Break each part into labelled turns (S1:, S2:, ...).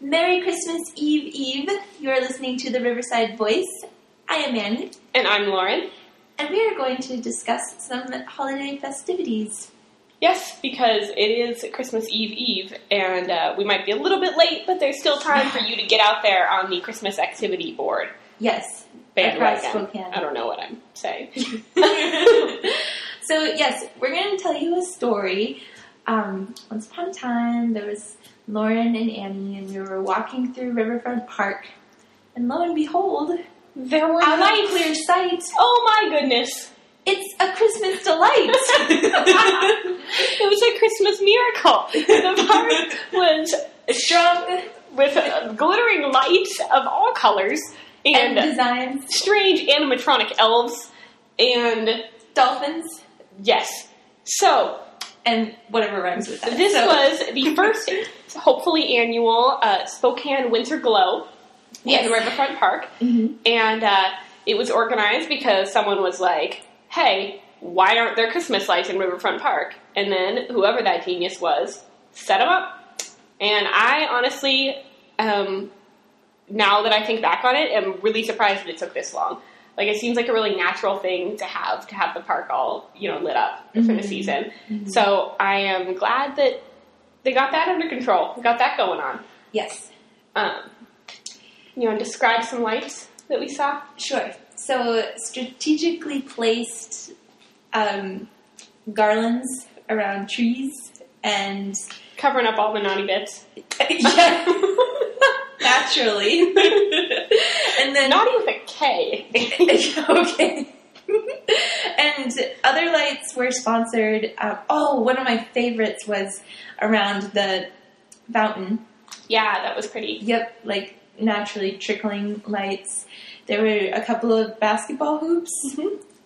S1: Merry Christmas Eve Eve. You're listening to the Riverside Voice. I am Annie,
S2: And I'm Lauren.
S1: and we are going to discuss some holiday festivities.
S2: Yes, because it is Christmas Eve Eve, and uh, we might be a little bit late, but there's still time for you to get out there on the Christmas activity board
S1: Yes, across
S2: bandwagon. I
S1: Spokane.
S2: don't know what I'm saying.
S1: So, yes, we're going to tell you a story. Um, once upon a time, there was Lauren and Annie, and we were walking through Riverfront Park. And lo and behold,
S2: there were
S1: out of
S2: lights.
S1: clear sight,
S2: Oh my goodness!
S1: it's a Christmas delight.
S2: it was a Christmas miracle. The park was strung with uh, glittering lights of all colors
S1: and
S2: and,
S1: designs,
S2: strange animatronic elves and
S1: dolphins,
S2: yes. So
S1: and whatever rhymes with that.
S2: This
S1: So-
S2: was the first, hopefully annual uh, Spokane Winter Glow
S1: Yes.
S2: in the Riverfront Park,
S1: Mhm.
S2: and uh, it was organized because someone was like, "Hey, why aren't there Christmas lights in Riverfront Park?" And then whoever that genius was set them up. And I honestly, um, now that I think back on it, am really surprised that it took this long. Like it seems like a really natural thing to have to have the park all you know lit up for the
S1: Mhm.
S2: season. So I am glad that they got that under control, got that going on.
S1: Yes,
S2: Um, you want to describe some lights that we saw?
S1: sure. So strategically placed um, garlands around trees and
S2: Covering up all the naughty bits.
S1: yeah, naturally, and then
S2: naughty with a K.
S1: okay. and other lights were sponsored. Um, oh, one of my favorites was around the fountain.
S2: yeah, that was pretty.
S1: Yep, like naturally trickling lights. There were a couple of basketball hoops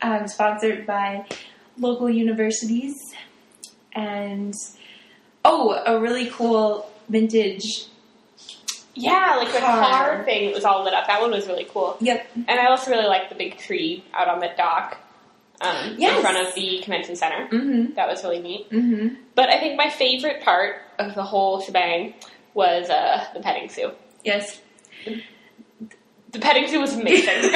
S1: um, sponsored by local universities, and oh, a really cool vintage.
S2: Yeah, like the
S1: Car.
S2: car, thing that was all lit up. That one was really cool.
S1: Yep,
S2: And I also really liked the big tree out on the dock um,
S1: Yes.
S2: in front of the convention center.
S1: mm-hmm,
S2: That was really neat.
S1: mm-hmm.
S2: But I think my favorite part of the whole shebang was uh, the petting zoo.
S1: Yes.
S2: The petting zoo was amazing.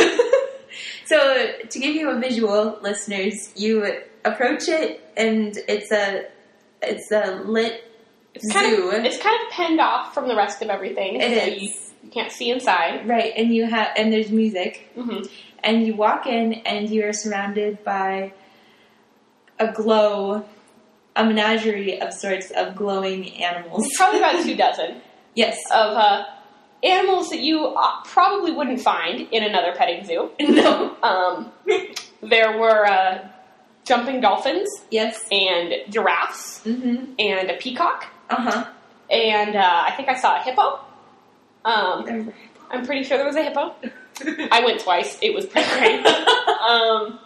S1: so to give you a visual, listeners, you approach it, and it's a it's a lit
S2: It's kind
S1: Zoo.
S2: of it's kind of penned off from the rest of everything, so
S1: it
S2: You,
S1: is
S2: you can't see inside.
S1: right, and you have and there's music.
S2: hmm
S1: and you walk in and you are surrounded by a glow, a menagerie of sorts of glowing animals.
S2: It's probably about two dozen
S1: Yes.
S2: of uh, animals that you uh, probably wouldn't find in another petting zoo.
S1: No.
S2: Um, there were uh, jumping dolphins
S1: Yes.
S2: and giraffes
S1: Mm-hmm.
S2: and a peacock,
S1: Uh-huh.
S2: and uh, I think I saw a hippo. Um, I'm pretty sure there was a hippo. I went twice. It was pretty great. um,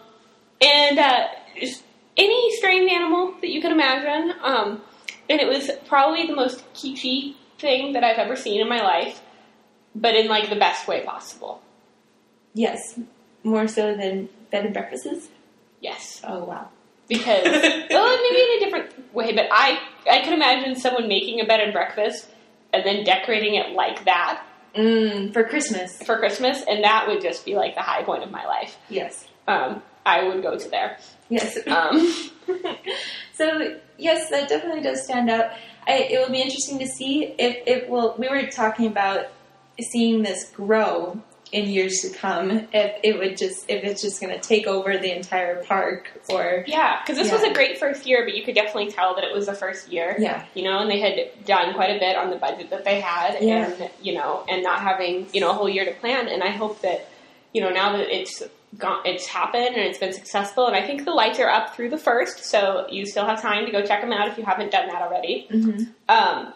S2: and uh, just any strange animal that you can imagine. Um, and it was probably the most kitschy thing that I've ever seen in my life, but in like the best way possible.
S1: yes. More so than bed and breakfasts.
S2: Yes,
S1: Oh wow.
S2: because well, maybe in a different way. But I I can imagine someone making a bed and breakfast and then decorating it like that
S1: Mm, for Christmas.
S2: for Christmas, and that would just be like the high point of my life.
S1: Yes.
S2: Um, I would go to there.
S1: Yes.
S2: Um,
S1: So yes, that definitely does stand out. I, it will be interesting to see if it will. We were talking about seeing this grow in years to come. If it would just, if it's just going to take over the entire park, or
S2: Yeah, because this was
S1: Yeah.
S2: a great first year, but you could definitely tell that it was the first year,
S1: yeah,
S2: you know, and they had done quite a bit on the budget that they had,
S1: Yeah.
S2: and you know, and not having you know a whole year to plan. And I hope that you know now that it's gone, it's happened and it's been successful. And I think the lights are up through the first, so you still have time to go check them out if you haven't done that already.
S1: mm-hmm.
S2: Um,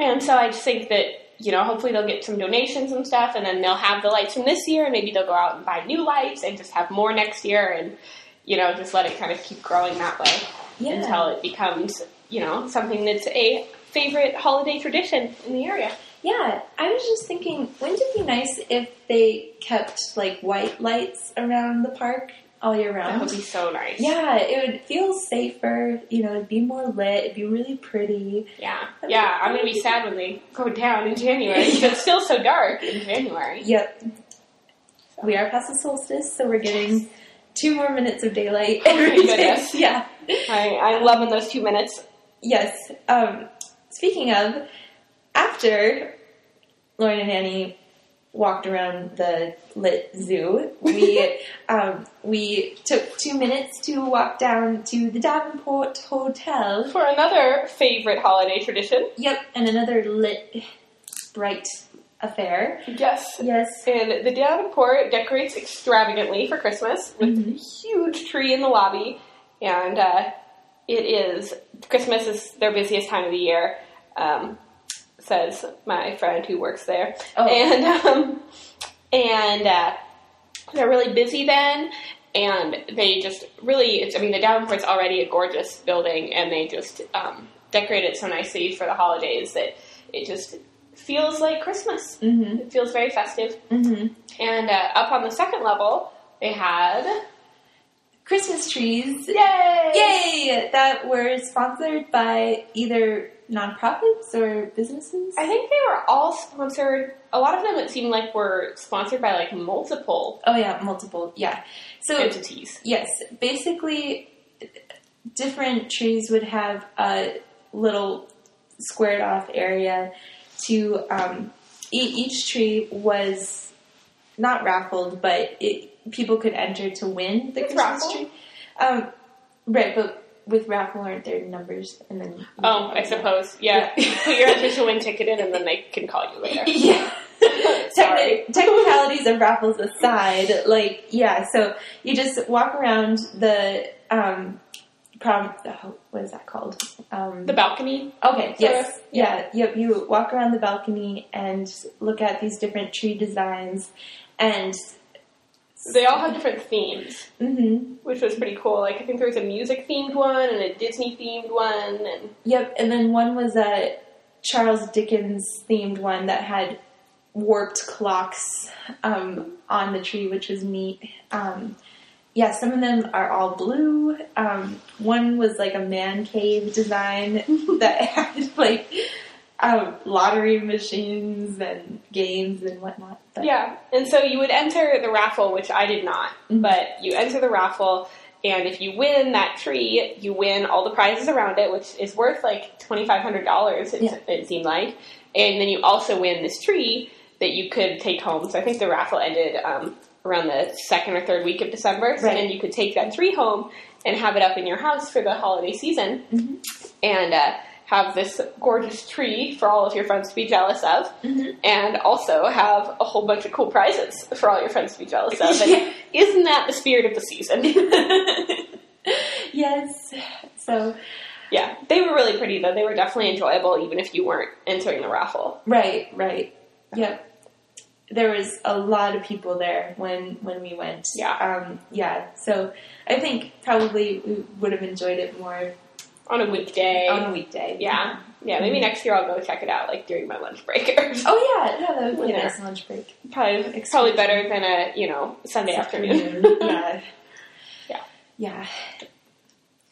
S2: and so I just think that, you know, hopefully they'll get some donations and stuff, and then they'll have the lights from this year, and maybe they'll go out and buy new lights and just have more next year, and, you know, just let it kind of keep growing that way
S1: yeah,
S2: until it becomes, you know, something that's a favorite holiday tradition in the area.
S1: yeah. I was just thinking, wouldn't it be nice if they kept like white lights around the park all year
S2: That would
S1: round.
S2: be so nice.
S1: Yeah, it would feel safer. You know, it'd be more lit. It'd be really pretty.
S2: Yeah. Yeah, I'm gonna be sad when they go down in January. 'cause It's still so dark in January.
S1: Yep. We are past the solstice, so we're getting two more minutes of daylight every day.
S2: goodness.
S1: Yeah.
S2: I, I'm loving those two minutes.
S1: Yes. Um, speaking of, after Lauren and Annie walked around the lit zoo, we um, we took two minutes to walk down to the Davenport Hotel.
S2: For another favorite holiday tradition.
S1: Yep, and another lit, bright affair.
S2: Yes.
S1: Yes.
S2: And the Davenport decorates extravagantly for Christmas with a huge tree in the lobby. And uh, it is, Christmas is their busiest time of the year, um, says my friend who works there.
S1: Oh.
S2: And, um, and uh, they're really busy then. And they just really, it's, I mean, the Davenport's already a gorgeous building, and they just um, decorate it so nicely for the holidays that it just feels like Christmas.
S1: Mm-hmm.
S2: It feels very festive.
S1: Mm-hmm.
S2: And uh, up on the second level, they had
S1: Christmas trees.
S2: yay,
S1: Yay! That were sponsored by either nonprofits or businesses.
S2: I think they were all sponsored. A lot of them, it seemed like, were sponsored by like multiple
S1: Oh yeah, multiple. Yeah. So
S2: entities.
S1: Yes, basically, different trees would have a little squared off area to um, e- each tree was not raffled, but it, people could enter to win the
S2: It's
S1: Christmas
S2: raffle.
S1: tree. Um, right, but with raffle aren't there numbers and then
S2: Oh, I suppose. Yeah,
S1: Yeah.
S2: put your official win ticket in, and then they can call you later.
S1: yeah.
S2: Sorry.
S1: Techni- technicalities of raffles aside, like yeah, so you just walk around the um, prom. Oh, what is that called? Um,
S2: The balcony.
S1: okay, yes,
S2: of,
S1: yeah, yep. You walk around the balcony and look at these different tree designs, and
S2: They all have different themes,
S1: hmm
S2: which was pretty cool. Like I think there was a music themed one and a Disney themed one, and
S1: yep. And then one was a Charles Dickens themed one that had warped clocks um, on the tree, which was neat. Um, yeah, some of them are all blue. Um, one was like a man cave design that had like um, lottery machines and games and whatnot. But,
S2: Yeah, and so you would enter the raffle, which I did not,
S1: Mm-hmm.
S2: but you enter the raffle, and if you win that tree, you win all the prizes around it, which is worth like twenty five hundred dollars. It,
S1: Yeah.
S2: it seemed like, and then you also win this tree that you could take home. So I think the raffle ended um, around the second or third week of December, so
S1: Right.
S2: then you could take that tree home and have it up in your house for the holiday season,
S1: Mm-hmm.
S2: and. Uh, have this gorgeous tree for all of your friends to be jealous of and also have a whole bunch of cool prizes for all your friends to be jealous of. And
S1: Yeah.
S2: Isn't that the spirit of the season?
S1: Yes. So
S2: yeah, they were really pretty though. They were definitely enjoyable, even if you weren't entering the raffle.
S1: right, right. Yep. There was a lot of people there when when we went.
S2: Yeah.
S1: Um, yeah. So I think probably we would have enjoyed it more
S2: On a weekday.
S1: on a weekday.
S2: yeah, yeah. Maybe next year I'll go check it out, like during my lunch break. or something.
S1: Oh yeah, yeah, that would be a
S2: Yeah.
S1: nice lunch break.
S2: probably, it's probably better than a you know Sunday afternoon.
S1: yeah.
S2: Yeah.
S1: Yeah.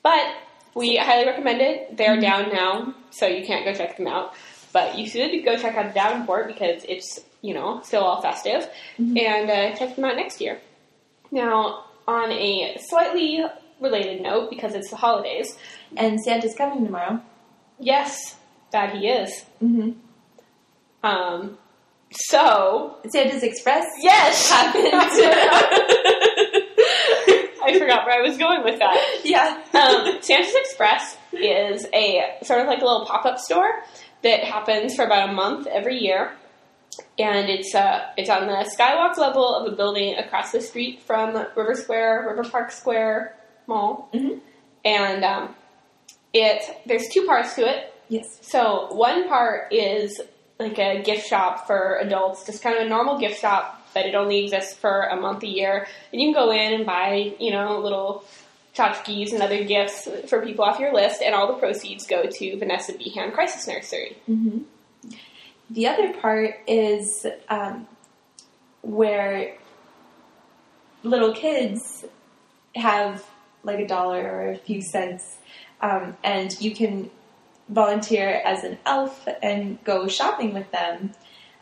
S2: But we highly recommend it. They're down now, so you can't go check them out. But you should go check out the Davenport because it's, you know, still all festive. And uh, check them out next year. Now, on a slightly related note, because it's the holidays,
S1: And Santa's coming tomorrow.
S2: yes, that he is.
S1: Mm-hmm.
S2: Um, so,
S1: Santa's Express.
S2: yes!
S1: Happened.
S2: I forgot where I was going with that.
S1: yeah.
S2: um, Santa's Express is a sort of like a little pop up store that happens for about a month every year, and it's uh, it's on the skywalk level of a building across the street from River Square, River Park Square Mall,
S1: Mhm.
S2: and um, it there's two parts to it.
S1: Yes.
S2: So one part is like a gift shop for adults, just kind of a normal gift shop, but it only exists for a month a year. And you can go in and buy, you know, little tchotchkes and other gifts for people off your list, and all the proceeds go to Vanessa Behan Crisis Nursery.
S1: hmm The other part is um, where little kids have like a dollar or a few cents, um, and you can volunteer as an elf and go shopping with them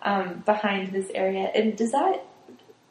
S1: um, behind this area. And does that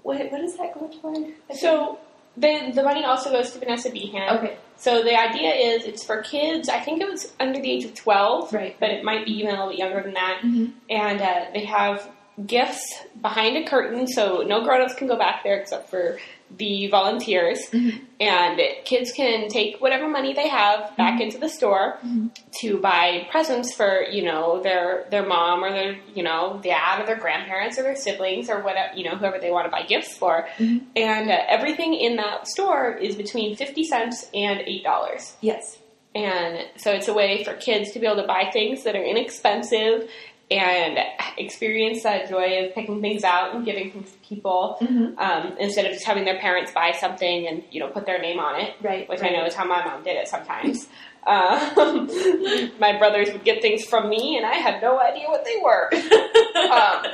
S1: what what does that go toward? I
S2: So the the money also goes to Vanessa Behan.
S1: think- okay,
S2: So the idea is it's for kids. I think it was under the age of twelve,
S1: right.
S2: but it might be even a little bit younger than that.
S1: Mhm.
S2: And uh, they have gifts behind a curtain, so no grown-ups can go back there except for the volunteers.
S1: Mhm.
S2: And kids can take whatever money they have back into the store
S1: Mhm.
S2: to buy presents for you know their their mom or their you know dad or their grandparents or their siblings or whatever you know whoever they want to buy gifts for.
S1: Mhm.
S2: And uh, everything in that store is between fifty cents and eight dollars.
S1: Yes.
S2: And so it's a way for kids to be able to buy things that are inexpensive and experience that joy of picking things out and giving things to people
S1: hmm
S2: um, instead of just having their parents buy something and you know put their name on it,
S1: Right.
S2: which
S1: right.
S2: I know is how my mom did it sometimes. Um, my brothers would get things from me, and I had no idea what they were. Um,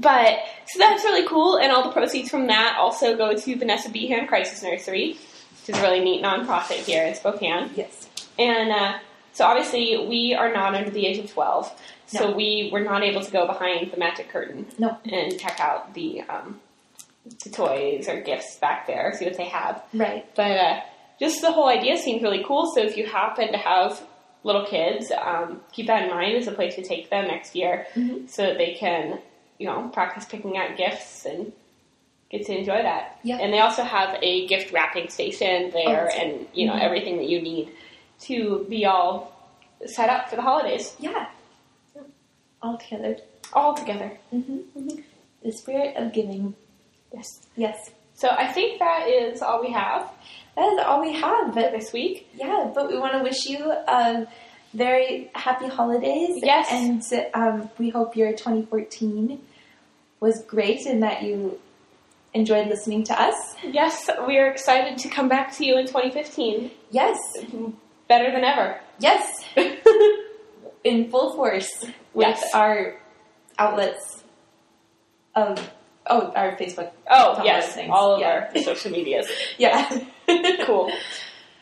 S2: but so that's really cool, and all the proceeds from that also go to Vanessa Behan Crisis Nursery, which is a really neat nonprofit here in Spokane.
S1: Yes.
S2: And uh, so obviously we are not under the age of 12. So we were not able to go behind the magic curtain
S1: No.
S2: and check out the, um, the toys or gifts back there, see what they have.
S1: Right.
S2: But uh, just the whole idea seemed really cool. So if you happen to have little kids, um, keep that in mind as a place to take them next year
S1: Mhm.
S2: so that they can, you know, practice picking out gifts and get to enjoy that.
S1: Yeah.
S2: And they also have a gift wrapping station there
S1: that's-
S2: and, you know,
S1: Mhm.
S2: everything that you need to be all set up for the holidays
S1: Yeah. All together.
S2: all together.
S1: hmm The spirit of giving.
S2: Yes.
S1: Yes.
S2: So I think that is all we have
S1: That is all we have.
S2: for
S1: But
S2: this week.
S1: yeah, but we want to wish you a very happy holidays.
S2: Yes.
S1: And um, we hope your 2014 was great and that you enjoyed listening to us.
S2: Yes, we are excited to come back to you in 2015
S1: Yes.
S2: better than ever.
S1: Yes. In full force with
S2: Yes.
S1: our outlets of, oh, our Facebook.
S2: Oh,
S1: Tumblr
S2: yes,
S1: things.
S2: all of
S1: Yeah.
S2: our social medias.
S1: Yeah.
S2: cool.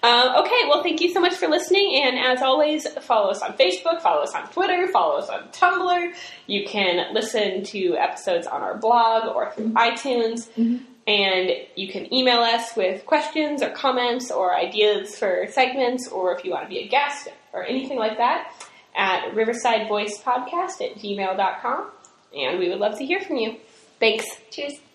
S2: Um, okay, well, thank you so much for listening, and as always, follow us on Facebook, follow us on Twitter, follow us on Tumblr. You can listen to episodes on our blog or
S1: Mm-hmm.
S2: through iTunes,
S1: Mhm.
S2: and you can email us with questions or comments or ideas for segments, or if you want to be a guest or anything like that, at riversidevoicepodcast at gmail.com, and we would love to hear from you. Thanks.
S1: Cheers.